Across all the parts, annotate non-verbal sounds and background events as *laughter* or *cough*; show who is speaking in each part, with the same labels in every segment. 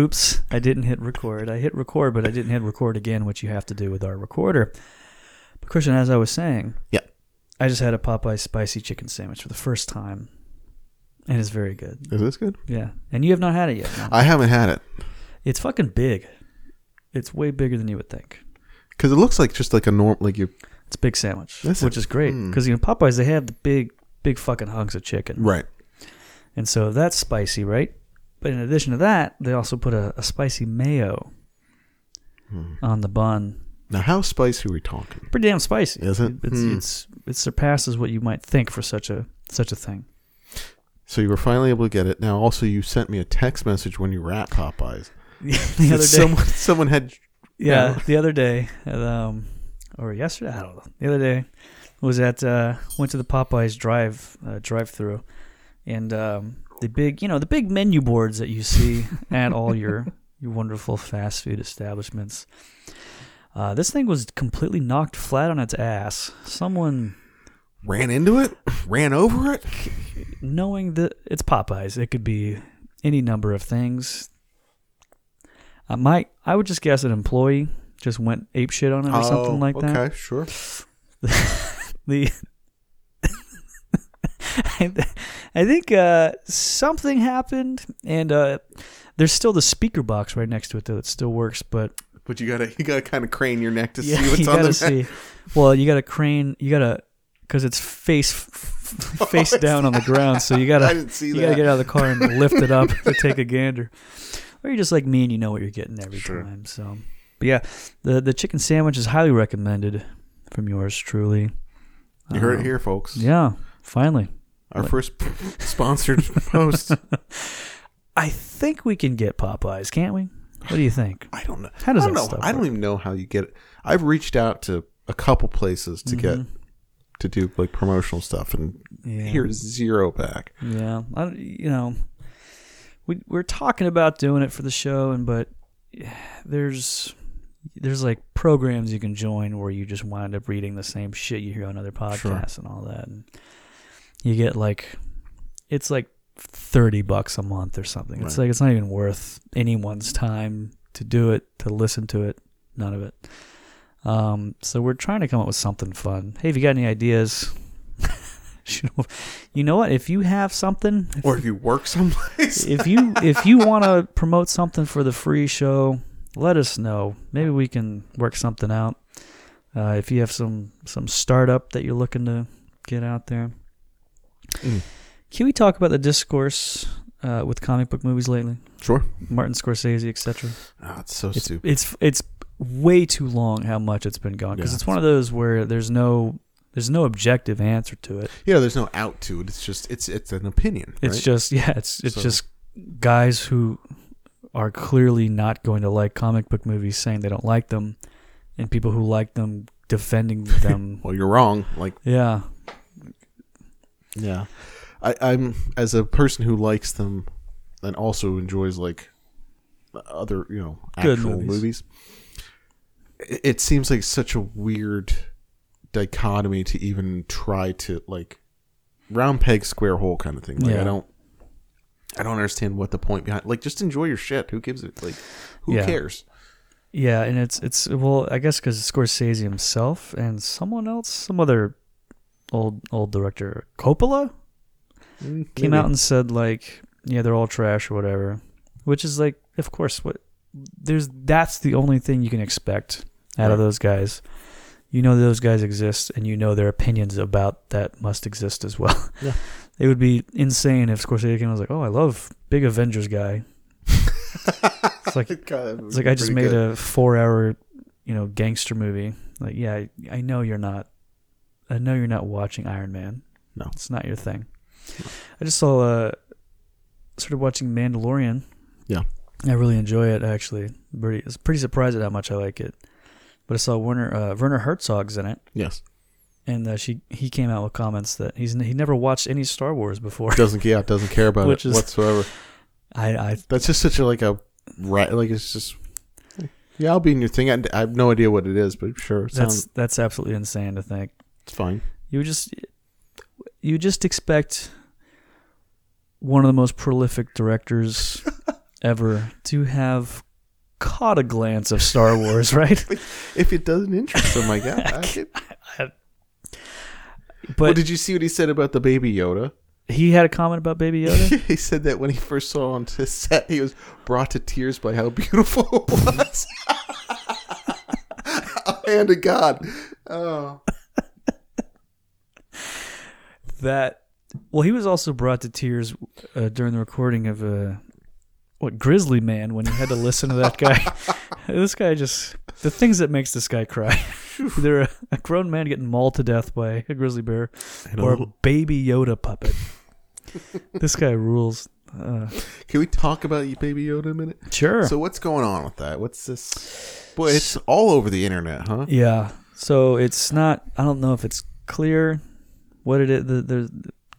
Speaker 1: Oops, I didn't hit record. I hit record, but I didn't hit record again, which you have to do with our recorder. But Christian, as I was saying,
Speaker 2: Yeah.
Speaker 1: I just had a Popeye spicy chicken sandwich for the first time, and it's very good.
Speaker 2: Is this good?
Speaker 1: Yeah, and you have not had it yet. no?
Speaker 2: I haven't had it
Speaker 1: It's fucking big. It's way bigger than you would think.
Speaker 2: because it looks like just like a norm, like you.
Speaker 1: It's a big sandwich,
Speaker 2: That's
Speaker 1: which
Speaker 2: a-
Speaker 1: is great
Speaker 2: hmm.
Speaker 1: because you know Popeyes they have the big, big fucking hunks of chicken,
Speaker 2: Right.
Speaker 1: and so that's spicy, right? But in addition to that, they also put a, a spicy mayo on the bun.
Speaker 2: Hmm. Now, how spicy are we talking?
Speaker 1: Pretty damn spicy,
Speaker 2: Is it?
Speaker 1: It's,
Speaker 2: Hmm.
Speaker 1: it's it surpasses what you might think for such a such a thing.
Speaker 2: So you were finally able to get it. Now, also, you sent me a text message when you were at Popeyes.
Speaker 1: *laughs* the other
Speaker 2: That
Speaker 1: day,
Speaker 2: Someone, *laughs* someone had.
Speaker 1: yeah,
Speaker 2: yeah.
Speaker 1: the other day, and, um, or yesterday, I don't know. The other day was at uh, went to the Popeyes drive uh, drive through, and um, the big you know the big menu boards that you *laughs* see at all your your wonderful fast food establishments. Uh, this thing was completely knocked flat on its ass. Someone
Speaker 2: Ran into it? Ran over it?
Speaker 1: knowing that it's Popeyes, it could be any number of things. I might, I would just guess an employee just went ape shit on it or something like
Speaker 2: Oh, okay,
Speaker 1: that.
Speaker 2: sure.
Speaker 1: The, *laughs* I, th- I think uh, something happened, and uh, there's still the speaker box right next to it though that still works, but
Speaker 2: But you gotta you gotta kind of crane your neck to
Speaker 1: yeah,
Speaker 2: see
Speaker 1: *laughs*
Speaker 2: what's
Speaker 1: you
Speaker 2: on
Speaker 1: gotta
Speaker 2: the *laughs*
Speaker 1: see. Well, you gotta crane, you gotta, because it's face *laughs*
Speaker 2: *laughs* Oh,
Speaker 1: face down on the ground, so you gotta.
Speaker 2: I didn't see
Speaker 1: you
Speaker 2: that.
Speaker 1: gotta get out of the car and lift it up to take
Speaker 2: *laughs*
Speaker 1: a gander. Or you're just like me and you know what you're getting every
Speaker 2: Sure.
Speaker 1: time. So, but yeah, the the chicken sandwich is highly recommended from yours truly.
Speaker 2: you heard
Speaker 1: Um,
Speaker 2: it here, folks.
Speaker 1: Yeah, finally.
Speaker 2: Our first
Speaker 1: *laughs*
Speaker 2: sponsored post.
Speaker 1: I think we can get Popeyes, can't we? What do you think?
Speaker 2: I don't know.
Speaker 1: How does
Speaker 2: I don't
Speaker 1: that
Speaker 2: know.
Speaker 1: stuff
Speaker 2: I don't
Speaker 1: work?
Speaker 2: even know how you get it. I've reached out to a couple places to get to do like promotional stuff and
Speaker 1: Mm-hmm. Yeah.
Speaker 2: hear zero back.
Speaker 1: Yeah, I, you know, we we're talking about doing it for the show, and but *sighs* there's there's like programs you can join where you just wind up reading the same shit you hear on other podcasts and all that, and you get like it's like thirty bucks a month or something. It's
Speaker 2: Right.
Speaker 1: like it's not even worth anyone's time to do it, to listen to it, none of it. Um, so we're trying to come up with something fun. Hey, if you got any ideas, *laughs* shoot 'em over. you know what? If you have something,
Speaker 2: Or if you work
Speaker 1: *laughs*
Speaker 2: someplace. *laughs*
Speaker 1: if you if you want to promote something for the free show, let us know. Maybe we can work something out. Uh, if you have some some startup that you're looking to get out there,
Speaker 2: Mm.
Speaker 1: can we talk about the discourse uh, with comic book movies lately?
Speaker 2: Sure.
Speaker 1: Martin Scorsese, etc.
Speaker 2: Oh, it's so
Speaker 1: It's
Speaker 2: stupid.
Speaker 1: it's it's way too long. How much it's been gone because
Speaker 2: Yeah.
Speaker 1: it's one of those where there's no there's no objective answer to it.
Speaker 2: Yeah, there's no out to it. It's just it's it's an opinion.
Speaker 1: It's
Speaker 2: right?
Speaker 1: just *laughs* yeah, it's it's
Speaker 2: So-
Speaker 1: just guys who are clearly not going to like comic book movies saying they don't like them and people who like them
Speaker 2: *laughs*
Speaker 1: defending them.
Speaker 2: well, you're wrong. Like
Speaker 1: yeah.
Speaker 2: yeah, I, I'm as a person who likes them and also enjoys like other you know
Speaker 1: Good
Speaker 2: actual
Speaker 1: movies.
Speaker 2: movies. i- It seems like such a weird dichotomy to even try to like round peg square hole kind of thing. Like
Speaker 1: Yeah.
Speaker 2: I don't. I don't understand what the point behind. Like, just enjoy your shit. Who gives it? Like, who
Speaker 1: Yeah.
Speaker 2: cares?
Speaker 1: Yeah, and it's it's well, I guess cuz Scorsese himself and someone else, some other old old director, Coppola,
Speaker 2: Mm,
Speaker 1: came
Speaker 2: *laughs*
Speaker 1: out and said like, yeah, they're all trash or whatever, which is like, of course, what there's that's the only thing you can expect out of
Speaker 2: Right.
Speaker 1: those guys. You know those guys exist, and you know their opinions about that must exist as well.
Speaker 2: Yeah.
Speaker 1: *laughs* it would be insane if Scorsese came and was like, "Oh, I love big Avengers guy." it's like it's like I just made a four-hour, you know, gangster movie. Like, yeah, I, I know you're not. I know you're not watching Iron Man.
Speaker 2: No.
Speaker 1: it's not your thing. I just saw. Uh, started watching Mandalorian.
Speaker 2: Yeah.
Speaker 1: I really enjoy it. Actually, pretty. I was pretty surprised at how much I like it. But I saw Werner uh, Werner Herzog's in it,
Speaker 2: yes.
Speaker 1: and uh, she he came out with comments that he's he never watched any Star Wars before. *laughs*
Speaker 2: Doesn't yeah doesn't care about
Speaker 1: Which
Speaker 2: it
Speaker 1: is-
Speaker 2: whatsoever.
Speaker 1: I I
Speaker 2: That's just such a like a right like it's just yeah I'll be in your thing. I, I have no idea what it is, but sure, it
Speaker 1: that's
Speaker 2: sounds
Speaker 1: that's absolutely insane to think.
Speaker 2: it's fine.
Speaker 1: you would just you would just expect one of the most prolific directors ever to have caught a glance of Star Wars, right?
Speaker 2: If it doesn't interest him, I
Speaker 1: *laughs*
Speaker 2: guess. I could- well,
Speaker 1: But
Speaker 2: did you see what he said about the baby Yoda?
Speaker 1: he had a comment about Baby
Speaker 2: *laughs*
Speaker 1: Yoda.
Speaker 2: he said that when he first saw on the set, he was brought to tears by how beautiful it was. *laughs* oh, hand of God. Oh.
Speaker 1: that well, he was also brought to tears uh, during the recording of uh, what Grizzly Man when he had to listen to that guy. this guy just the things that makes this guy cry. *laughs* Either a, a grown man getting mauled to death by a grizzly bear, or a baby Yoda puppet. this guy rules. Uh,
Speaker 2: Can we talk about baby Yoda a minute?
Speaker 1: sure.
Speaker 2: So what's going on with that? What's this? Boy, it's all over the internet, huh?
Speaker 1: Yeah. So it's not. I don't know if it's clear what it is. The, there's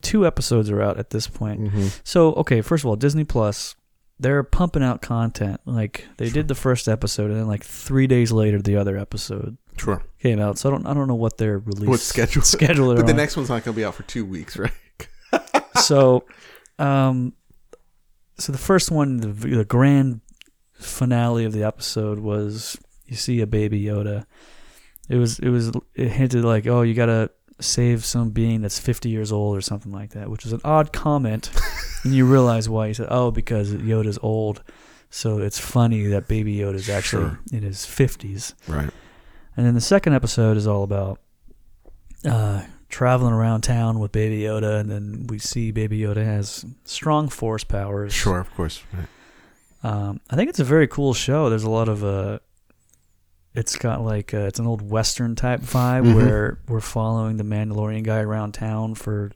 Speaker 1: two episodes are out at this point.
Speaker 2: Mm. Mm-hmm.
Speaker 1: So okay, first of all, Disney Plus, they're pumping out content. Like they did the first episode, and then like three days later, the other episode
Speaker 2: Sure.
Speaker 1: came out. So I don't. I don't know what their release
Speaker 2: What schedule?
Speaker 1: schedule they're
Speaker 2: But the
Speaker 1: on.
Speaker 2: next one's not going to be out for
Speaker 1: *laughs*
Speaker 2: two weeks, right?
Speaker 1: so, um, so the first one, the, the grand finale of the episode was you see a baby Yoda. It was it was it hinted like oh you gotta save some being that's fifty years old or something like that, which was an odd comment. and you realize why he said oh because Yoda's old, so it's funny that baby Yoda's actually
Speaker 2: Sure.
Speaker 1: in his fifties.
Speaker 2: Right.
Speaker 1: And then the second episode is all about uh, traveling around town with Baby Yoda, and then we see Baby Yoda has strong force powers.
Speaker 2: Sure, of course. Right.
Speaker 1: Um, I think it's a very cool show. There's a lot of uh, it's got like uh it's an old western type vibe
Speaker 2: Mhm.
Speaker 1: where we're following the Mandalorian guy around town for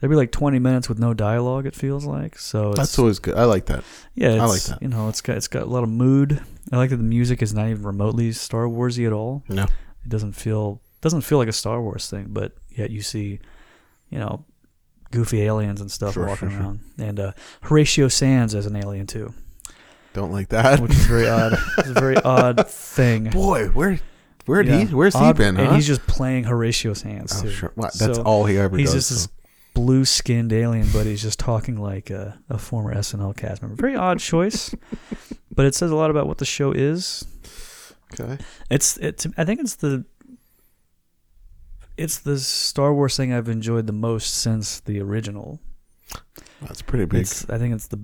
Speaker 1: there'd be like 20 minutes with no dialogue. It feels like so. It's,
Speaker 2: That's always good. I like that.
Speaker 1: yeah, it's,
Speaker 2: I like that.
Speaker 1: You know, it's got it's got a lot of mood. I like that the music is not even remotely Star Warsy at all.
Speaker 2: No.
Speaker 1: it doesn't feel doesn't feel like a Star Wars thing, but yet you see, you know, goofy aliens and stuff
Speaker 2: Sure,
Speaker 1: walking
Speaker 2: sure, sure.
Speaker 1: around, and uh, Horatio Sands as an alien
Speaker 2: *laughs*
Speaker 1: too,
Speaker 2: Don't like that.
Speaker 1: which is very odd. It's a very odd thing.
Speaker 2: Boy, where where
Speaker 1: Yeah.
Speaker 2: he where's
Speaker 1: Odd-
Speaker 2: he been? Huh?
Speaker 1: And he's just playing Horatio Sands
Speaker 2: oh,
Speaker 1: too.
Speaker 2: sure. Wow, that's
Speaker 1: So,
Speaker 2: all he ever
Speaker 1: He's
Speaker 2: does.
Speaker 1: just this blue skinned alien, but he's just talking like a, a former SNL cast member. Very odd
Speaker 2: *laughs*
Speaker 1: choice, but it says a lot about what the show is.
Speaker 2: so- okay.
Speaker 1: It's it's I think it's the it's the Star Wars thing I've enjoyed the most since the original.
Speaker 2: That's pretty big. It's,
Speaker 1: It's I think it's the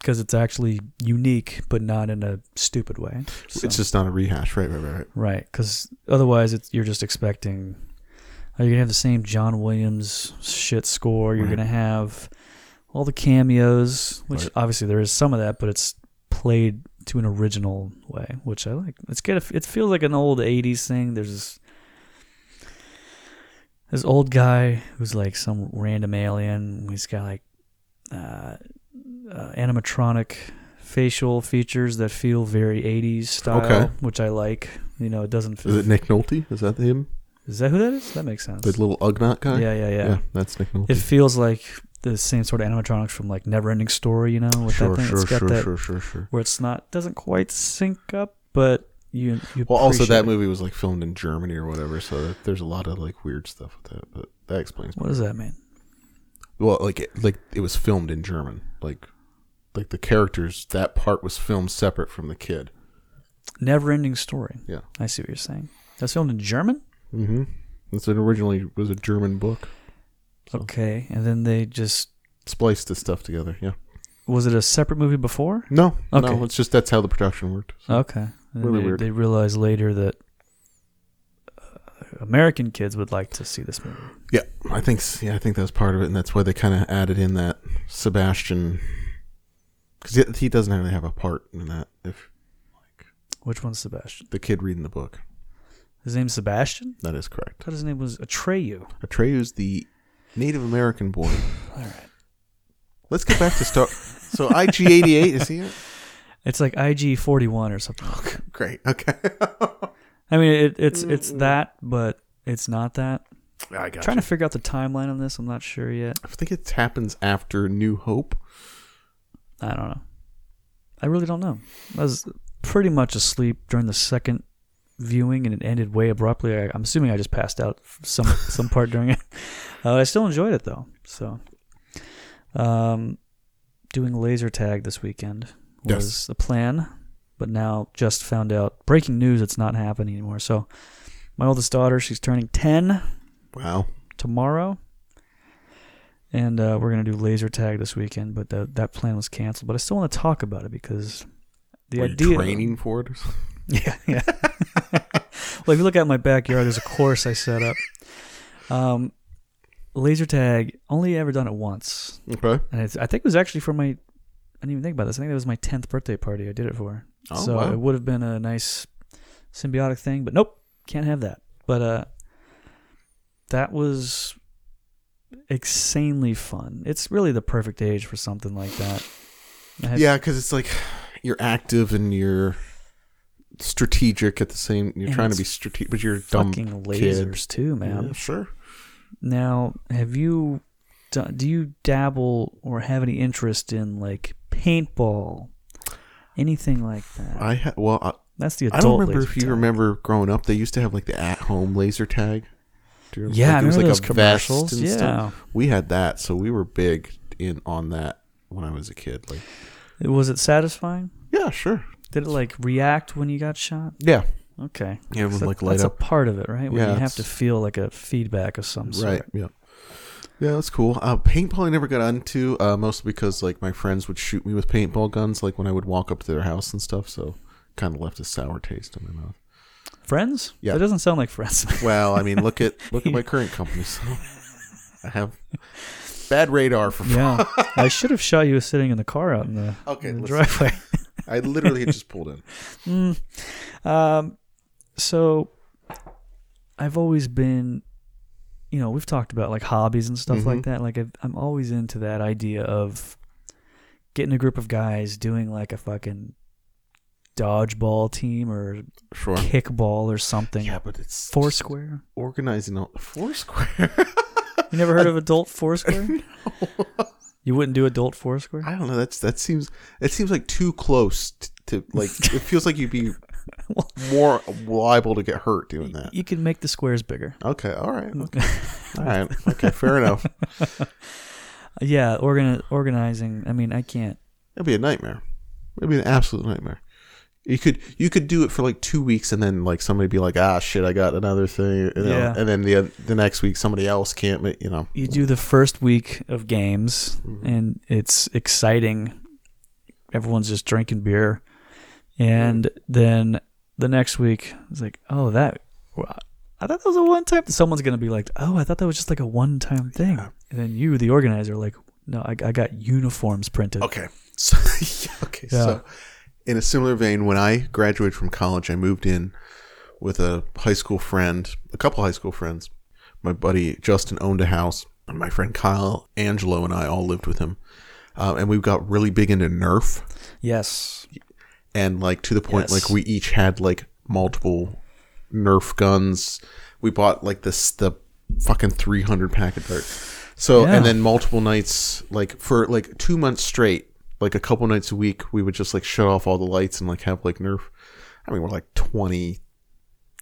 Speaker 1: because it's actually unique, but not in a stupid way. So,
Speaker 2: just not a rehash, right? Right, right, right.
Speaker 1: right because otherwise it's, you're just expecting. Are you gonna have the same John Williams shit score? You're
Speaker 2: Right.
Speaker 1: gonna have all the cameos, which
Speaker 2: Right.
Speaker 1: obviously there is some of that, but it's played to an original way, which I like. It's good. It feels like an old '80s thing. There's this, this old guy who's like some random alien. He's got like uh, uh, animatronic facial features that feel very '80s style,
Speaker 2: Okay.
Speaker 1: which I like. You know, it doesn't feel. *laughs*
Speaker 2: Is it Nick Nolte? Is that him?
Speaker 1: is that who that is? That makes sense.
Speaker 2: The little Ugnaught guy?
Speaker 1: yeah, yeah, yeah.
Speaker 2: that's Nick Nolte.
Speaker 1: It feels like the same sort of animatronics from like Neverending Story. You know, with
Speaker 2: sure,
Speaker 1: that thing.
Speaker 2: sure,
Speaker 1: it's got
Speaker 2: sure,
Speaker 1: that
Speaker 2: sure, sure, sure.
Speaker 1: where it's not doesn't quite sync up, but you you
Speaker 2: Well, also
Speaker 1: appreciate
Speaker 2: that
Speaker 1: it.
Speaker 2: movie was like filmed in Germany or whatever, so that, there's a lot of like weird stuff with that. But that explains.
Speaker 1: What does that mean?
Speaker 2: Well, like it, like it was filmed in German, like like the characters that part was filmed separate from the kid.
Speaker 1: Never ending story.
Speaker 2: Yeah.
Speaker 1: I see what you're saying. That's filmed in German.
Speaker 2: Mm-hmm. It's an originally was a German book.
Speaker 1: Okay, and then they just
Speaker 2: Spliced this stuff together. Yeah.
Speaker 1: was it a separate movie before?
Speaker 2: No,
Speaker 1: Okay.
Speaker 2: no. It's just that's how the production worked.
Speaker 1: Okay, And
Speaker 2: Really
Speaker 1: they,
Speaker 2: weird.
Speaker 1: They realized later that uh, American kids would like to see this movie.
Speaker 2: Yeah, I think s- yeah, I think that's part of it, and that's why they kind of added in that Sebastian because he, he doesn't really have a part in that. If
Speaker 1: Which one's Sebastian?
Speaker 2: the kid reading the book,
Speaker 1: His name's Sebastian.
Speaker 2: that is
Speaker 1: I
Speaker 2: correct.
Speaker 1: thought his name was Atreyu.
Speaker 2: Atreyu's the Native American *laughs* boy.
Speaker 1: All right.
Speaker 2: Let's get back to Star. so IG88 is he? It?
Speaker 1: It's like IG forty one or something.
Speaker 2: Great. Okay. *laughs*
Speaker 1: I mean, it, it's it's that, but it's not that.
Speaker 2: I got.
Speaker 1: Trying to figure out the timeline on this. I'm not sure yet.
Speaker 2: I think it happens after New Hope.
Speaker 1: I don't know. I really don't know. I was pretty much asleep during the second viewing, and it ended way abruptly. I, I'm assuming I just passed out some *laughs* some part during it. Uh, I still enjoyed it though. So, um, doing laser tag this weekend.
Speaker 2: Yes.
Speaker 1: was the plan, but now just found out breaking news it's not happening anymore. So my oldest daughter, she's turning 10
Speaker 2: Wow.
Speaker 1: tomorrow. And uh, we're going to do laser tag this weekend, but that that plan was canceled. But I still want to talk about it because the
Speaker 2: Were you
Speaker 1: idea.
Speaker 2: training for it? or something?
Speaker 1: *laughs*
Speaker 2: *laughs*
Speaker 1: Yeah, yeah. *laughs* well, if you look out my backyard, there's a course I set up. Um, laser tag, only ever done it once,
Speaker 2: Okay.
Speaker 1: and it's, I think it was actually for my. I didn't even think about this. I think that was my tenth birthday party. I did it for,
Speaker 2: Oh,
Speaker 1: so
Speaker 2: wow.
Speaker 1: it would have been a nice symbiotic thing. But nope, can't have that. But uh, that was insanely fun. It's really the perfect age for something like that. I had-
Speaker 2: Yeah, because it's like you're active and you're strategic at the same. You're
Speaker 1: And
Speaker 2: trying to
Speaker 1: it's
Speaker 2: be strategic, but you're dumb.
Speaker 1: fucking lasers too, man.
Speaker 2: Yeah, sure.
Speaker 1: Now, have you done, do you dabble or have any interest in like paintball, anything like that?
Speaker 2: I ha- well, I,
Speaker 1: That's the
Speaker 2: I
Speaker 1: adult.
Speaker 2: don't remember
Speaker 1: laser
Speaker 2: if you
Speaker 1: tag.
Speaker 2: remember growing up. They used to have like the at-home laser tag. Do you remember?
Speaker 1: Yeah, I
Speaker 2: Like,
Speaker 1: remember
Speaker 2: it was like
Speaker 1: those
Speaker 2: a vest
Speaker 1: commercials.
Speaker 2: and
Speaker 1: Yeah,
Speaker 2: stuff. we had that, so we were big in on that when I was a kid. Like,
Speaker 1: was it satisfying?
Speaker 2: yeah, sure,
Speaker 1: Did it like react when you got shot?
Speaker 2: yeah,
Speaker 1: Okay,
Speaker 2: yeah, it would
Speaker 1: So
Speaker 2: like
Speaker 1: that's
Speaker 2: light up,
Speaker 1: a part of it, right? When
Speaker 2: Yeah,
Speaker 1: you have
Speaker 2: it's-
Speaker 1: to feel like a feedback of some sort.
Speaker 2: right? Yeah, yeah, that's cool. Uh, paintball I never got into, uh, mostly because like my friends would shoot me with paintball guns, like when I would walk up to their house and stuff. So, kind of left a sour taste in my mouth.
Speaker 1: Friends?
Speaker 2: Yeah.
Speaker 1: That doesn't sound like
Speaker 2: *laughs*
Speaker 1: friends. *laughs*
Speaker 2: Well, I mean, look at look at my current company. So, I have bad radar for.
Speaker 1: yeah. I should have shot you sitting in the car out in the,
Speaker 2: Okay,
Speaker 1: in the
Speaker 2: listen.
Speaker 1: driveway. *laughs*
Speaker 2: I literally had just pulled in.
Speaker 1: Mm. Um, so I've always been, you know, we've talked about like hobbies and stuff like
Speaker 2: Mhm.
Speaker 1: that. Like I've, I'm always into that idea of getting a group of guys doing like a fucking dodgeball team or
Speaker 2: Sure.
Speaker 1: kickball or something.
Speaker 2: Yeah, but it's
Speaker 1: Foursquare.
Speaker 2: organizing all Foursquare.
Speaker 1: You never heard of adult Foursquare? You wouldn't do adult Foursquare?
Speaker 2: *laughs* I don't know. That's that seems that seems like too close t- to like. It feels like you'd be
Speaker 1: Well-
Speaker 2: more liable to get hurt doing that.
Speaker 1: You can make the squares bigger.
Speaker 2: Okay. All right. Okay. All right. Okay. Fair enough.
Speaker 1: *laughs* Yeah, organi- organizing. I mean, I can't.
Speaker 2: It'd be a nightmare. It'd be an absolute nightmare. You could you could do it for like two weeks and then like somebody be like ah shit I got another thing you know?
Speaker 1: Yeah.
Speaker 2: and then the the next week somebody else can't ma- you know
Speaker 1: you do the first week of games
Speaker 2: Mm-hmm.
Speaker 1: and it's exciting everyone's just drinking beer and then the next week it's like oh that i thought that was a one time someone's gonna be like oh i thought that was just like a one time thing and then you the organizer are like no i, I got uniforms printed
Speaker 2: Okay. *laughs* So, yeah, okay. So, in a similar vein, when I graduated from college, I moved in with a high school friend, a couple high school friends. My buddy Justin owned a house, and my friend Kyle, Angelo, and I all lived with him. Uh, and we got really big into Nerf,
Speaker 1: yes
Speaker 2: and like to the
Speaker 1: Yes.
Speaker 2: point, like we each had like multiple Nerf guns. We bought like this the fucking three hundred pack of dirt. So
Speaker 1: Yeah.
Speaker 2: and then multiple nights, like for like two months straight, like a couple nights a week, we would just like shut off all the lights and like have like Nerf. I mean, we're like twenty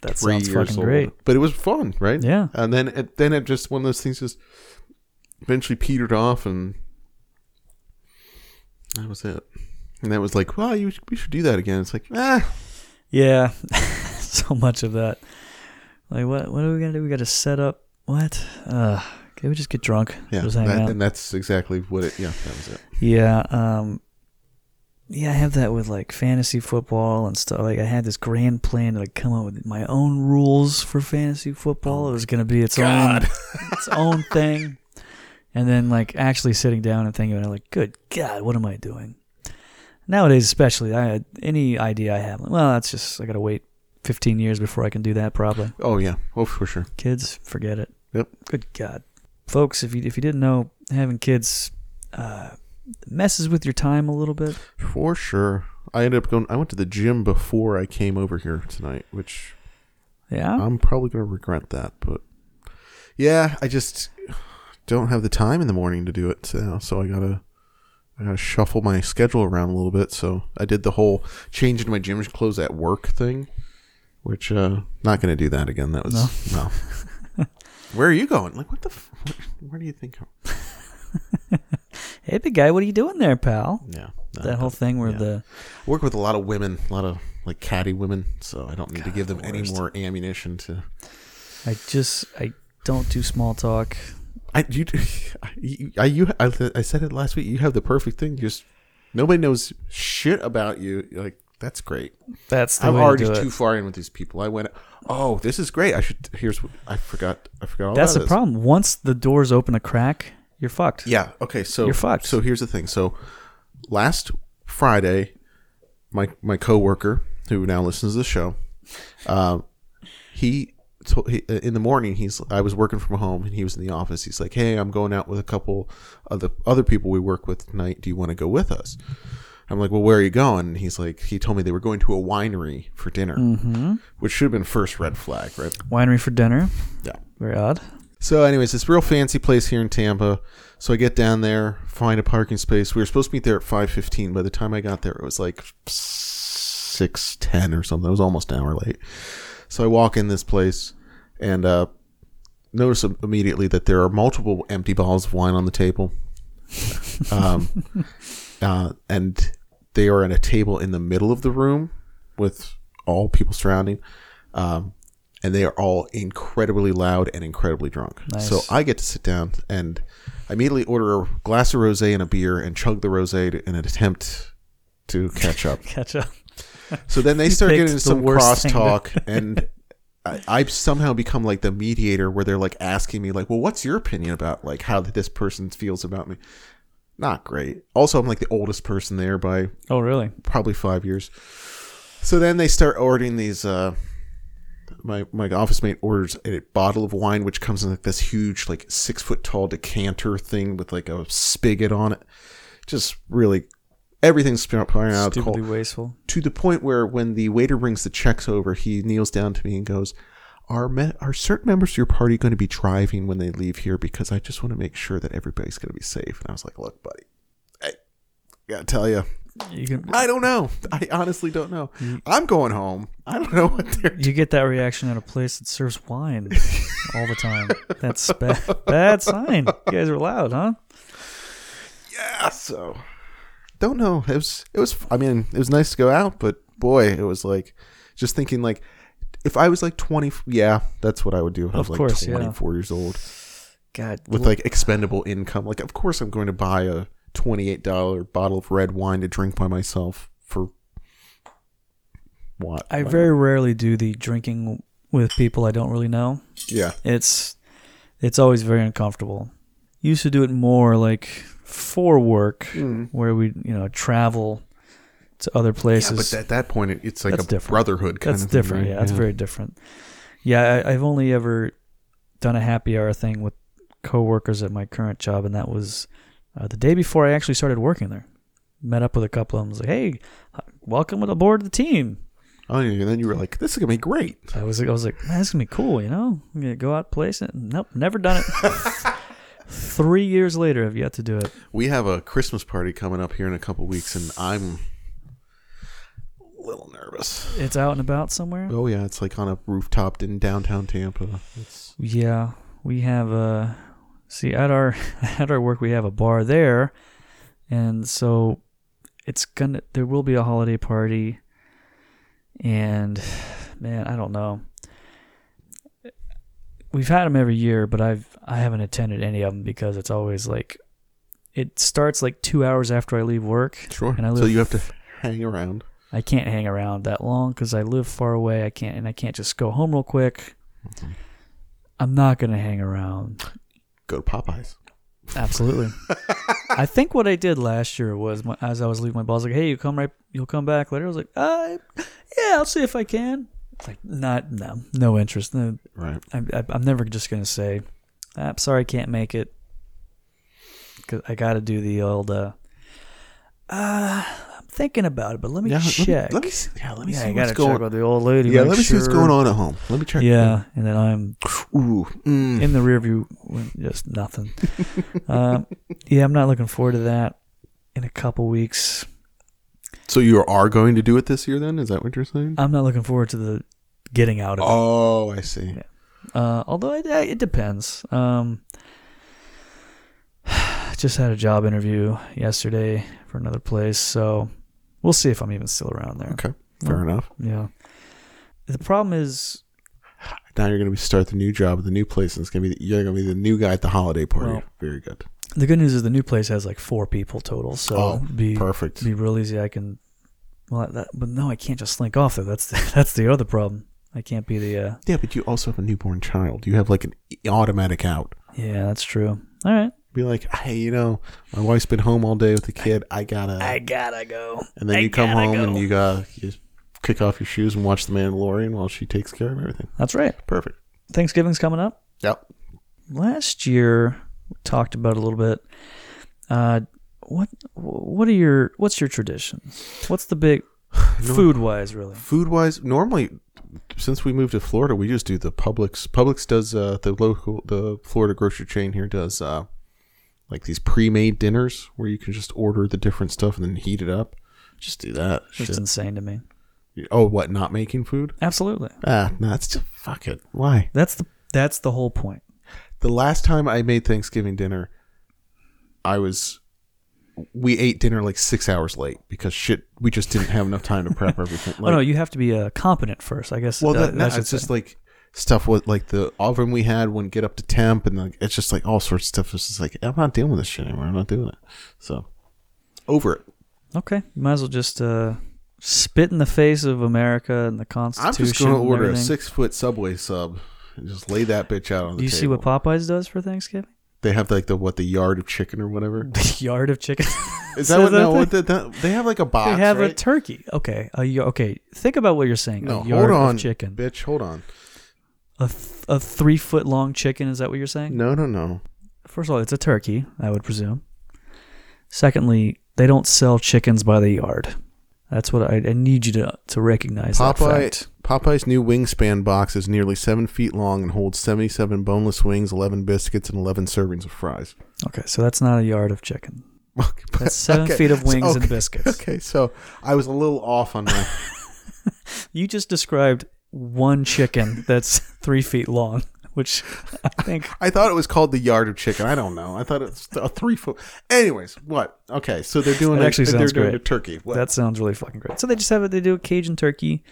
Speaker 1: that
Speaker 2: three
Speaker 1: sounds
Speaker 2: years
Speaker 1: fucking
Speaker 2: old,
Speaker 1: great
Speaker 2: but it was fun, right?
Speaker 1: Yeah.
Speaker 2: And then it, then it just one of those things just eventually petered off, and that was it. And that was like, well, you we should do that again. It's like, ah,
Speaker 1: yeah *laughs* so much of that like what what are we gonna do we gotta set up what uh can we just get drunk
Speaker 2: yeah,
Speaker 1: just hang
Speaker 2: that-
Speaker 1: out
Speaker 2: and that's exactly what it. Yeah, that was it.
Speaker 1: Yeah, um yeah, I have that with like fantasy football and stuff. Like I had this grand plan to like come up with my own rules for fantasy
Speaker 2: Oh
Speaker 1: football. It was gonna be its own its own thing. And then like actually sitting down and thinking about it, like, good God, what am I doing? Nowadays especially I any idea I have, like, well, that's just I gotta wait fifteen years before I can do that probably.
Speaker 2: Oh yeah, oh for sure.
Speaker 1: Kids, forget it.
Speaker 2: Yep.
Speaker 1: Good God, folks! If you if you didn't know, having kids uh, messes with your time a little bit.
Speaker 2: For sure. I ended up going. I went to the gym before I came over here tonight, which
Speaker 1: Yeah.
Speaker 2: I'm probably going to regret that. But yeah, I just don't have the time in the morning to do it now, so I gotta I gotta shuffle my schedule around a little bit. So I did the whole changing my gym clothes at work thing, which uh, not going to do that again. That was no.
Speaker 1: *laughs*
Speaker 2: Where are you going? Like, what the? F- where do you think? I'm-
Speaker 1: hey, big guy, what are you doing there, pal?
Speaker 2: Yeah. no,
Speaker 1: That whole thing where
Speaker 2: yeah.
Speaker 1: the
Speaker 2: work with a lot of women, a lot of like catty women, so I don't need to give them any
Speaker 1: worst.
Speaker 2: more ammunition to.
Speaker 1: I just I don't do small talk.
Speaker 2: I you, *laughs* you I you I, I said it last week. You have the perfect thing. You just nobody knows shit about you. You're like that's great.
Speaker 1: That's the
Speaker 2: I'm
Speaker 1: way
Speaker 2: already
Speaker 1: to do
Speaker 2: too
Speaker 1: it.
Speaker 2: far in with these people. I went. Oh, this is great. I should. Here's. what- I forgot. I forgot all
Speaker 1: That's
Speaker 2: about
Speaker 1: the
Speaker 2: this.
Speaker 1: problem. Once the doors open a crack, you're fucked.
Speaker 2: Yeah. Okay. So
Speaker 1: You're fucked.
Speaker 2: So here's the thing. So last Friday, my my coworker who now listens to the show, uh, he told he, uh, in the morning he's I was working from home and he was in the office. He's like, "Hey, I'm going out with a couple of the other people we work with tonight. Do you want to go with us?" I'm like, "Well, where are you going?" And he's like, he told me they were going to a winery for dinner,
Speaker 1: Mm-hmm.
Speaker 2: which should have been first red flag, right?
Speaker 1: Winery for dinner.
Speaker 2: Yeah.
Speaker 1: Very odd.
Speaker 2: So, anyways, this real fancy place here in Tampa. So I get down there, find a parking space. We were supposed to meet there at five fifteen. By the time I got there, it was like six ten or something. It was almost an hour late. So I walk in this place and uh, notice im- immediately that there are multiple empty bottles of wine on the table, um, uh, and they are at a table in the middle of the room with all people surrounding. Um, and they are all incredibly loud and incredibly drunk.
Speaker 1: Nice.
Speaker 2: So I get to sit down and I immediately order a glass of rosé and a beer and chug the rosé in an attempt to catch
Speaker 1: *laughs*
Speaker 2: up.
Speaker 1: Catch up.
Speaker 2: So then they start
Speaker 1: picked
Speaker 2: getting into
Speaker 1: the
Speaker 2: some
Speaker 1: worst thing to- *laughs*
Speaker 2: crosstalk, and I, I somehow become like the mediator where they're like asking me, like, "Well, what's your opinion about like how this person feels about me?" Not great. Also, I'm like the oldest person there by
Speaker 1: Oh really?
Speaker 2: probably five years. So then they start ordering these. Uh, my my office mate orders a bottle of wine, which comes in like this huge, like six foot tall decanter thing with like a spigot on it. Just really, everything's pouring out. cold
Speaker 1: Stupidly wasteful.
Speaker 2: to the point where when the waiter brings the checks over, he kneels down to me and goes, "Are me- are certain members of your party going to be driving when they leave here? Because I just want to make sure that everybody's going to be safe." And I was like, "Look, buddy, I gotta tell you,
Speaker 1: You can
Speaker 2: I don't know. I honestly don't know.
Speaker 1: Mm.
Speaker 2: I'm going home. I don't know what
Speaker 1: *laughs*
Speaker 2: they're." *laughs*
Speaker 1: you get that reaction at a place that serves wine all the time. That's bad, bad sign. You guys are loud, huh?
Speaker 2: Yeah, so don't know. It was it was. I mean, it was nice to go out, but boy, it was like just thinking like. If I was like 20, yeah, that's what I would do. If I was
Speaker 1: Of course,
Speaker 2: like
Speaker 1: yeah.
Speaker 2: 24 years old.
Speaker 1: God,
Speaker 2: with like expendable income. Like, of course, I'm going to buy a twenty-eight dollar bottle of red wine to drink by myself for what?
Speaker 1: I very rarely do the drinking with people I don't really know.
Speaker 2: yeah.
Speaker 1: It's it's always very uncomfortable. Used to do it more like for work, where we you know travel to other
Speaker 2: Yeah, but
Speaker 1: places.
Speaker 2: at that point, it, it's like
Speaker 1: That's
Speaker 2: a
Speaker 1: different.
Speaker 2: brotherhood kind
Speaker 1: that's
Speaker 2: of thing,
Speaker 1: different.
Speaker 2: right?
Speaker 1: yeah, that's very different. Yeah, I, I've only ever done a happy hour thing with coworkers at my current job, and that was uh, the day before I actually started working there. Met up with a couple of them. Was like, "Hey, welcome aboard the team."
Speaker 2: Oh, yeah, and then you were like, "This is gonna be great."
Speaker 1: I was I was like, man, this is gonna be cool, you know? I'm gonna go out place it. Nope, never done it.
Speaker 2: *laughs*
Speaker 1: Three years later, I've yet to do it.
Speaker 2: We have a Christmas party coming up here in a couple weeks, and I'm a little nervous.
Speaker 1: It's out and about somewhere.
Speaker 2: Oh yeah, it's like on a rooftop in downtown Tampa. It's
Speaker 1: Yeah, we have uh see at our *laughs* at our work we have a bar there, and so it's gonna there will be a holiday party, and man, I don't know. We've had them every year, but I've I haven't attended any of them because it's always like it starts like two hours after I leave work.
Speaker 2: sure.
Speaker 1: And I
Speaker 2: so
Speaker 1: live-
Speaker 2: you have to hang around.
Speaker 1: I can't hang around that long because I live far away. I can't, and I can't just go home real quick. I'm not gonna hang around.
Speaker 2: Go to Popeyes. *laughs*
Speaker 1: Absolutely. I think what I did last year was my, as I was leaving my boss like, "Hey, you come right, you'll come back later." I was like, "I, yeah, I'll see if I can." It's like, not no, no interest. No,
Speaker 2: Right.
Speaker 1: I, I, I'm never just gonna say, "Ah, "I'm sorry, I can't make it," because I got to do the old. Uh, uh, I'm thinking about it, but let me
Speaker 2: Yeah,
Speaker 1: check.
Speaker 2: Let me, let me see, yeah, let me
Speaker 1: yeah,
Speaker 2: see
Speaker 1: you
Speaker 2: what's
Speaker 1: gotta
Speaker 2: going.
Speaker 1: check with the old lady.
Speaker 2: yeah,
Speaker 1: make
Speaker 2: let me see what's
Speaker 1: sure.
Speaker 2: going on at home. Let me check.
Speaker 1: Yeah, and then I'm
Speaker 2: Ooh. Mm.
Speaker 1: in the rearview, win- just
Speaker 2: *laughs*
Speaker 1: nothing. um, yeah, I'm not looking forward to that. In a couple weeks,
Speaker 2: So you are going to do it this year? Then is that what you're saying?
Speaker 1: I'm not looking forward to the getting out of
Speaker 2: oh, I see. Oh.
Speaker 1: it. Uh, although it, it depends. Um, *sighs* just had a job interview yesterday for another place, so we'll see if I'm even still around there.
Speaker 2: Okay. Fair enough.
Speaker 1: Yeah. The problem is,
Speaker 2: Now you're going to be start the new job at the new place, and it's going to be you're going to be the new guy at the holiday party.
Speaker 1: Well,
Speaker 2: Very good.
Speaker 1: the good news is the new place has like four people total, so
Speaker 2: Oh,
Speaker 1: it'd be
Speaker 2: Perfect.
Speaker 1: be real easy. I can, well, that, but no, I can't just slink off though. That's the, *laughs* that's the other problem. I can't be the. Uh,
Speaker 2: Yeah, but you also have a newborn child. You have like an e, automatic out.
Speaker 1: yeah, that's true. All right,
Speaker 2: Be like, hey, you know, my wife's been home all day with the kid. I gotta.
Speaker 1: gotta go.
Speaker 2: and then you come home and you gotta you kick off your shoes and watch The Mandalorian while she takes care of everything.
Speaker 1: That's right.
Speaker 2: Perfect.
Speaker 1: Thanksgiving's coming up.
Speaker 2: Yep.
Speaker 1: Last year, we talked about it a little bit. Uh, what what are your what's your traditions? What's the
Speaker 2: *sighs*
Speaker 1: big food wise really?
Speaker 2: Food wise, normally since we moved to Florida, we just do the Publix. Publix does uh, the local the Florida grocery chain here does uh, like these pre made dinners where you can just order the different stuff and then heat it up. Just do that.
Speaker 1: It's
Speaker 2: Shit.
Speaker 1: insane to me.
Speaker 2: Oh, what? Not making food?
Speaker 1: Absolutely.
Speaker 2: Ah, no, it's just fuck it. Why?
Speaker 1: That's the that's the whole point.
Speaker 2: The last time I made Thanksgiving dinner, I was we ate dinner like six hours late because shit, we just didn't have enough time to prep everything. *laughs* Like,
Speaker 1: oh no, you have to be uh, competent first, I guess.
Speaker 2: well,
Speaker 1: uh,
Speaker 2: that, no,
Speaker 1: I should
Speaker 2: it's
Speaker 1: say.
Speaker 2: just like stuff with like the oven we had wouldn't get up to temp, and like it's just like all sorts of stuff. It's just like I'm not dealing with this shit anymore. I'm not doing it. So over it.
Speaker 1: Okay, you might as well just uh, spit in the face of America and the Constitution.
Speaker 2: I'm just going to
Speaker 1: and
Speaker 2: order a
Speaker 1: everything.
Speaker 2: six foot Subway sub and just lay that bitch out on the
Speaker 1: Do you
Speaker 2: table.
Speaker 1: see what Popeyes does for Thanksgiving? *laughs*
Speaker 2: they have like the what the yard of chicken or whatever.
Speaker 1: The yard of
Speaker 2: *laughs*
Speaker 1: chicken.
Speaker 2: Is
Speaker 1: Says
Speaker 2: that what?
Speaker 1: that
Speaker 2: No,
Speaker 1: thing?
Speaker 2: what the, that, they have like a box.
Speaker 1: they have a
Speaker 2: right?
Speaker 1: turkey. Okay, a y- okay. Think about what you're saying.
Speaker 2: no.
Speaker 1: a yard
Speaker 2: Hold on,
Speaker 1: of chicken.
Speaker 2: bitch. Hold on.
Speaker 1: A, th- a three foot long chicken. Is that what you're saying?
Speaker 2: No, no, no.
Speaker 1: First of all, it's a turkey. I would presume. Secondly, they don't sell chickens by the yard. That's what I, I need you to to recognize. that
Speaker 2: Popeye
Speaker 1: fact.
Speaker 2: Popeye's new wingspan box is nearly seven feet long and holds seventy-seven boneless wings, eleven biscuits, and eleven servings of fries. *laughs*
Speaker 1: Okay, so that's not a yard of chicken.
Speaker 2: Okay, but- *laughs*
Speaker 1: That's seven
Speaker 2: okay,
Speaker 1: feet of
Speaker 2: so-
Speaker 1: wings and
Speaker 2: okay,
Speaker 1: biscuits.
Speaker 2: Okay, so I was a little off
Speaker 1: *laughs*
Speaker 2: on that.
Speaker 1: You just described one
Speaker 2: *laughs*
Speaker 1: chicken that's three feet long, which I think
Speaker 2: I thought it was called the yard of chicken. I don't know. I thought it's a three foot. Anyways, what? Okay, so they're doing.
Speaker 1: That
Speaker 2: a-
Speaker 1: actually
Speaker 2: they're
Speaker 1: sounds
Speaker 2: doing
Speaker 1: great.
Speaker 2: a turkey. What?
Speaker 1: that sounds really fucking great. So they just have it. They do a Cajun turkey.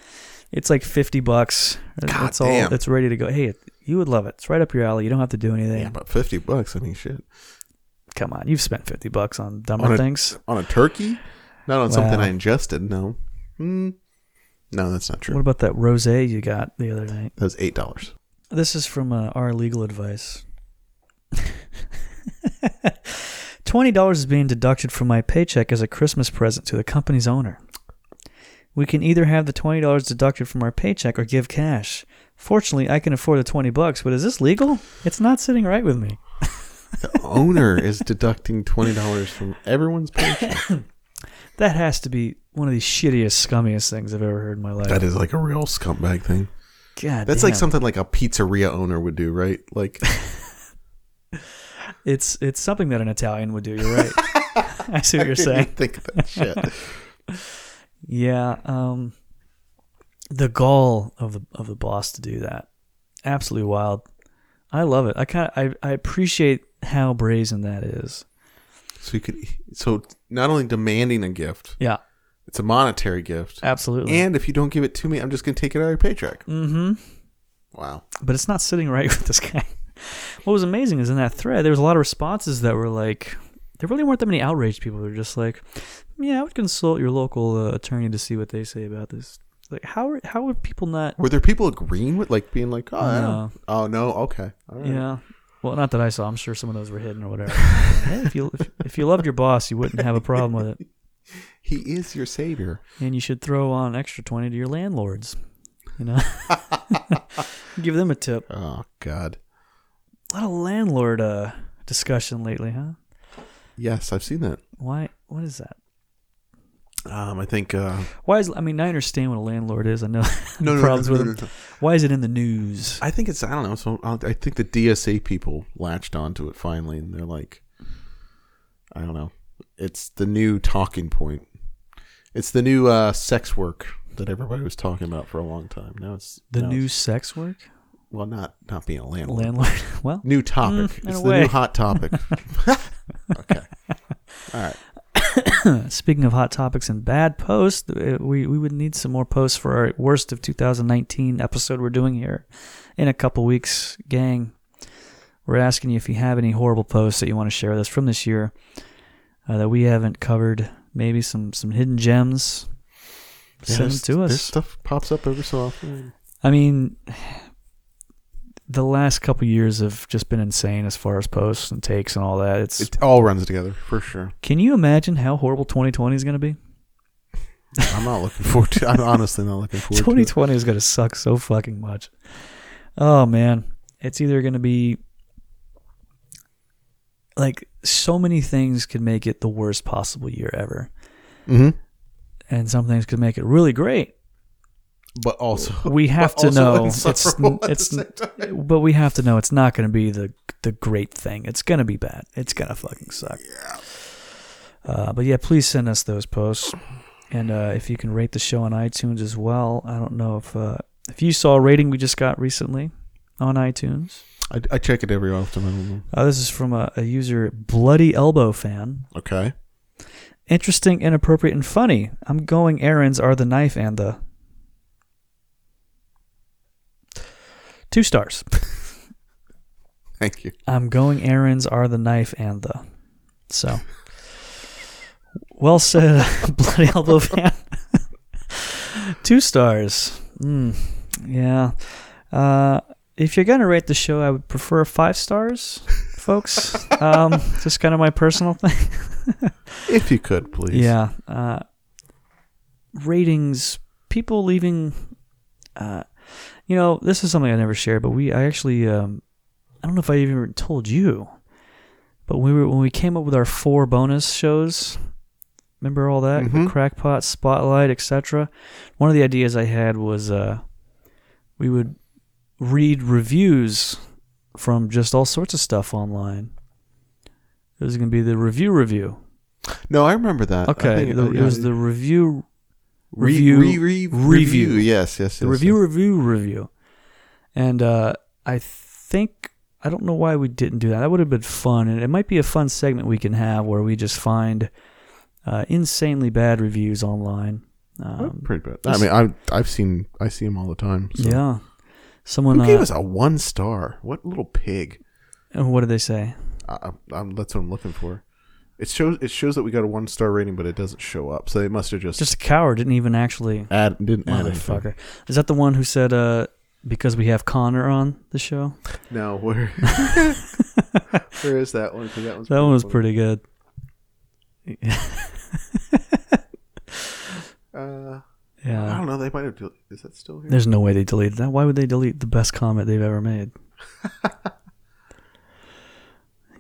Speaker 1: It's like fifty bucks.
Speaker 2: God
Speaker 1: it's
Speaker 2: damn.
Speaker 1: all. It's ready to go. Hey, it- you would love it. It's right up your alley. You don't have to do anything.
Speaker 2: yeah, about fifty bucks. I mean, shit.
Speaker 1: Come on, you've spent fifty bucks on dumber
Speaker 2: On a-
Speaker 1: things.
Speaker 2: on a turkey, not on something
Speaker 1: Wow.
Speaker 2: I ingested. No, Hmm. no, that's not
Speaker 1: What
Speaker 2: true.
Speaker 1: about that rosé you got the other night?
Speaker 2: That was eight dollars.
Speaker 1: This is from uh, our legal advice. *laughs* Twenty dollars is being deducted from my paycheck as a Christmas present to the company's owner. We can either have the twenty dollars deducted from our paycheck or give cash. Fortunately, I can afford the twenty bucks, but is this legal? It's not sitting right with me.
Speaker 2: The owner is deducting twenty dollars from everyone's paycheck.
Speaker 1: That has to be one of the shittiest, scummiest things I've ever heard in my life.
Speaker 2: that is like a real scumbag thing.
Speaker 1: God,
Speaker 2: That's like
Speaker 1: damn.
Speaker 2: something like a pizzeria owner would do, right? Like,
Speaker 1: It's it's something that an Italian would do. You're right. *laughs* I see
Speaker 2: *laughs*
Speaker 1: what you're saying.
Speaker 2: think of that shit.
Speaker 1: Yeah, um, the gall of the of the boss to do that, absolutely wild. I love it. I kind of I, I appreciate how brazen that is.
Speaker 2: So you could, so not only demanding a gift,
Speaker 1: Yeah,
Speaker 2: it's a monetary gift,
Speaker 1: absolutely.
Speaker 2: and if you don't give it to me, I'm just gonna take it out of your paycheck.
Speaker 1: Mm.
Speaker 2: Mm-hmm. Wow.
Speaker 1: but it's not sitting right *laughs* with this guy. What was amazing is in that thread, there was a lot of responses that were like, there really weren't that many outraged people. They're just like, yeah, I would consult your local uh, attorney to see what they say about this. Like, how are, how are people not?
Speaker 2: Were there people agreeing with, like, being like, oh, I
Speaker 1: No.
Speaker 2: don't- oh no, okay, all right.
Speaker 1: Yeah. Well, not that I saw. I'm sure some of those were hidden or
Speaker 2: *laughs*
Speaker 1: whatever. Hey, if you if, if you loved your boss, you wouldn't have a problem with it,
Speaker 2: he is your savior.
Speaker 1: and you should throw on an extra twenty to your landlords. You
Speaker 2: *laughs*
Speaker 1: know, give them a tip.
Speaker 2: Oh God.
Speaker 1: A lot of landlord uh, discussion lately, huh?
Speaker 2: Yes, I've seen that.
Speaker 1: Why? What is that?
Speaker 2: Um, I think. Uh,
Speaker 1: Why is? I mean, I understand what a landlord is. I know *laughs*
Speaker 2: no, no,
Speaker 1: problems
Speaker 2: no, no,
Speaker 1: with
Speaker 2: no,
Speaker 1: them.
Speaker 2: no, no.
Speaker 1: Why is it in the news?
Speaker 2: I think it's. I don't know. So I I think the DSA people latched onto it finally, and they're like, I don't know. It's the new talking point. It's the new uh, sex work that everybody was talking about for a long time. Now it's
Speaker 1: The
Speaker 2: now
Speaker 1: new
Speaker 2: it's-
Speaker 1: sex work
Speaker 2: Well, not not being a landlord.
Speaker 1: landlord. *laughs* Well,
Speaker 2: new topic.
Speaker 1: Mm, in
Speaker 2: it's
Speaker 1: a
Speaker 2: the
Speaker 1: way.
Speaker 2: new hot topic. Okay. All right.
Speaker 1: *laughs* Speaking of hot topics and bad posts, uh, we, we would need some more posts for our worst of 2019 episode we're doing here in a couple weeks, gang. We're asking you if you have any horrible posts that you want to share with us from this year uh, that we haven't covered. Maybe some some hidden gems.
Speaker 2: *laughs*
Speaker 1: *laughs*
Speaker 2: Yeah,
Speaker 1: Send them
Speaker 2: this-
Speaker 1: to us.
Speaker 2: This stuff pops up every so often.
Speaker 1: I mean, the last couple years have just been insane as far as posts and takes and all that. It's
Speaker 2: It all runs together for sure.
Speaker 1: can you imagine how horrible 2020 is going to be?
Speaker 2: I'm not looking forward to. I'm honestly not looking forward to. It.
Speaker 1: 2020 is going to suck so fucking much. Oh man, it's either going to be like so many things could make it the worst possible year ever,
Speaker 2: Mm-hmm.
Speaker 1: and some things could make it really great.
Speaker 2: But also,
Speaker 1: We have
Speaker 2: but
Speaker 1: to
Speaker 2: also *laughs*
Speaker 1: know it's
Speaker 2: insufferable at the
Speaker 1: it's
Speaker 2: same time.
Speaker 1: but we have to know it's not going to be the the great thing. It's going to be bad. It's going to fucking suck.
Speaker 2: Yeah.
Speaker 1: Uh, but yeah, please send us those posts, and uh, if you can rate the show on iTunes as well. I don't know if uh, if you saw a rating we just got recently on iTunes.
Speaker 2: I, I check it every often. I don't know.
Speaker 1: Uh, this is from a, a user, Bloody Elbow Fan.
Speaker 2: Okay.
Speaker 1: Interesting, inappropriate, and funny. I'm going errands are the knife and the. Two stars.
Speaker 2: Thank you.
Speaker 1: I'm going errands are the knife and the. So. Well said, *laughs* Bloody Elbow Fan. *laughs* Two stars. Mm, yeah. Uh, if you're going to rate the show, I would prefer five stars, folks. um, just kind of my personal thing.
Speaker 2: If you could, please.
Speaker 1: Yeah. Uh, ratings, people leaving. Uh, you know, this is something I never shared, but we, I actually, um, I don't know if I even told you, but we were when we came up with our four bonus shows. Remember all that
Speaker 2: Mhm.
Speaker 1: the crackpot, spotlight, etc. One of the ideas I had was uh, we would read reviews from just all sorts of stuff online. It was going to be the review review.
Speaker 2: No, I remember that. I
Speaker 1: Okay,
Speaker 2: think-
Speaker 1: the,
Speaker 2: uh,
Speaker 1: it was the review
Speaker 2: re,
Speaker 1: review-
Speaker 2: re, re,
Speaker 1: review.
Speaker 2: review. Yes, yes, yes.
Speaker 1: the review review review and uh, i think i don't know why we didn't do that that would have been fun and it might be a fun segment we can have where we just find uh, insanely bad reviews online
Speaker 2: Yes.
Speaker 1: um,
Speaker 2: Pretty bad. I mean, I I've seen I see them all the time. So.
Speaker 1: yeah someone
Speaker 2: Who
Speaker 1: uh,
Speaker 2: gave us a one star? What little pig?
Speaker 1: and uh, what did they say
Speaker 2: I, I, I'm, that's what I'm looking for. It shows it shows that we got a one star rating, but it doesn't show up. So they must have just,
Speaker 1: just a coward didn't even actually
Speaker 2: add didn't add anything.
Speaker 1: motherfucker is that the one who said uh, because we have connor on the show
Speaker 2: *laughs* No,
Speaker 1: *laughs*
Speaker 2: where where is that one? 'Cause that one's
Speaker 1: That one was
Speaker 2: funny.
Speaker 1: pretty good
Speaker 2: Uh, I
Speaker 1: yeah
Speaker 2: don't know. They might have. del- Is that still here?
Speaker 1: there's no way they deleted that why would they delete the best comment they've ever
Speaker 2: *laughs*
Speaker 1: made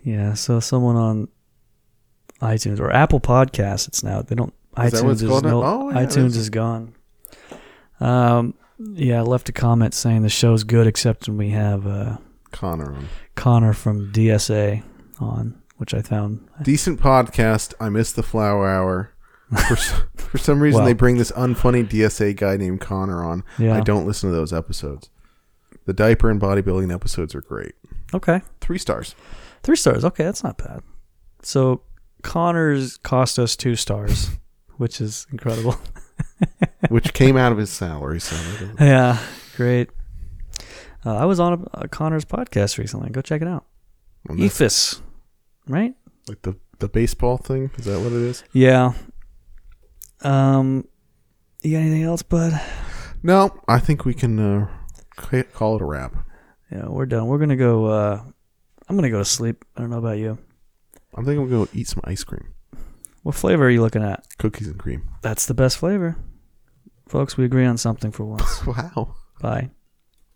Speaker 1: Yeah, so someone on iTunes or Apple Podcasts, it's now they don't
Speaker 2: Is that what
Speaker 1: iTunes
Speaker 2: it's
Speaker 1: is
Speaker 2: called now?
Speaker 1: no
Speaker 2: Oh, yeah,
Speaker 1: iTunes
Speaker 2: that's-
Speaker 1: is gone. Um, yeah, I left a comment saying the show's good except when we have uh,
Speaker 2: Connor. on.
Speaker 1: Connor from DSA on, which I found.
Speaker 2: Decent podcast. I miss the flower hour. For,
Speaker 1: *laughs*
Speaker 2: s- for some reason,
Speaker 1: Well.
Speaker 2: they bring this unfunny DSA guy named Connor on.
Speaker 1: Yeah.
Speaker 2: I don't listen to those episodes. The diaper and bodybuilding episodes are great.
Speaker 1: Okay,
Speaker 2: Three stars.
Speaker 1: three stars. Okay, that's not bad. So Connor's cost us two stars, which is incredible. *laughs*
Speaker 2: which came out of his salary. So I don't-
Speaker 1: yeah, great. Uh, I was on a, a Connor's podcast recently. Go check it out.
Speaker 2: and that's
Speaker 1: Ephus, right?
Speaker 2: like the the baseball thing is that what it is?
Speaker 1: Yeah. Um, you got anything else, bud?
Speaker 2: No, I think we can uh, ca- call it a wrap.
Speaker 1: Yeah, we're done. We're gonna go. Uh, I'm gonna go to sleep. I don't know about you.
Speaker 2: I'm thinking we'll go eat some ice cream,
Speaker 1: What flavor are you looking at?
Speaker 2: cookies and cream. *laughs*
Speaker 1: That's the best flavor, folks. We agree on something for once.
Speaker 2: Wow.
Speaker 1: Bye.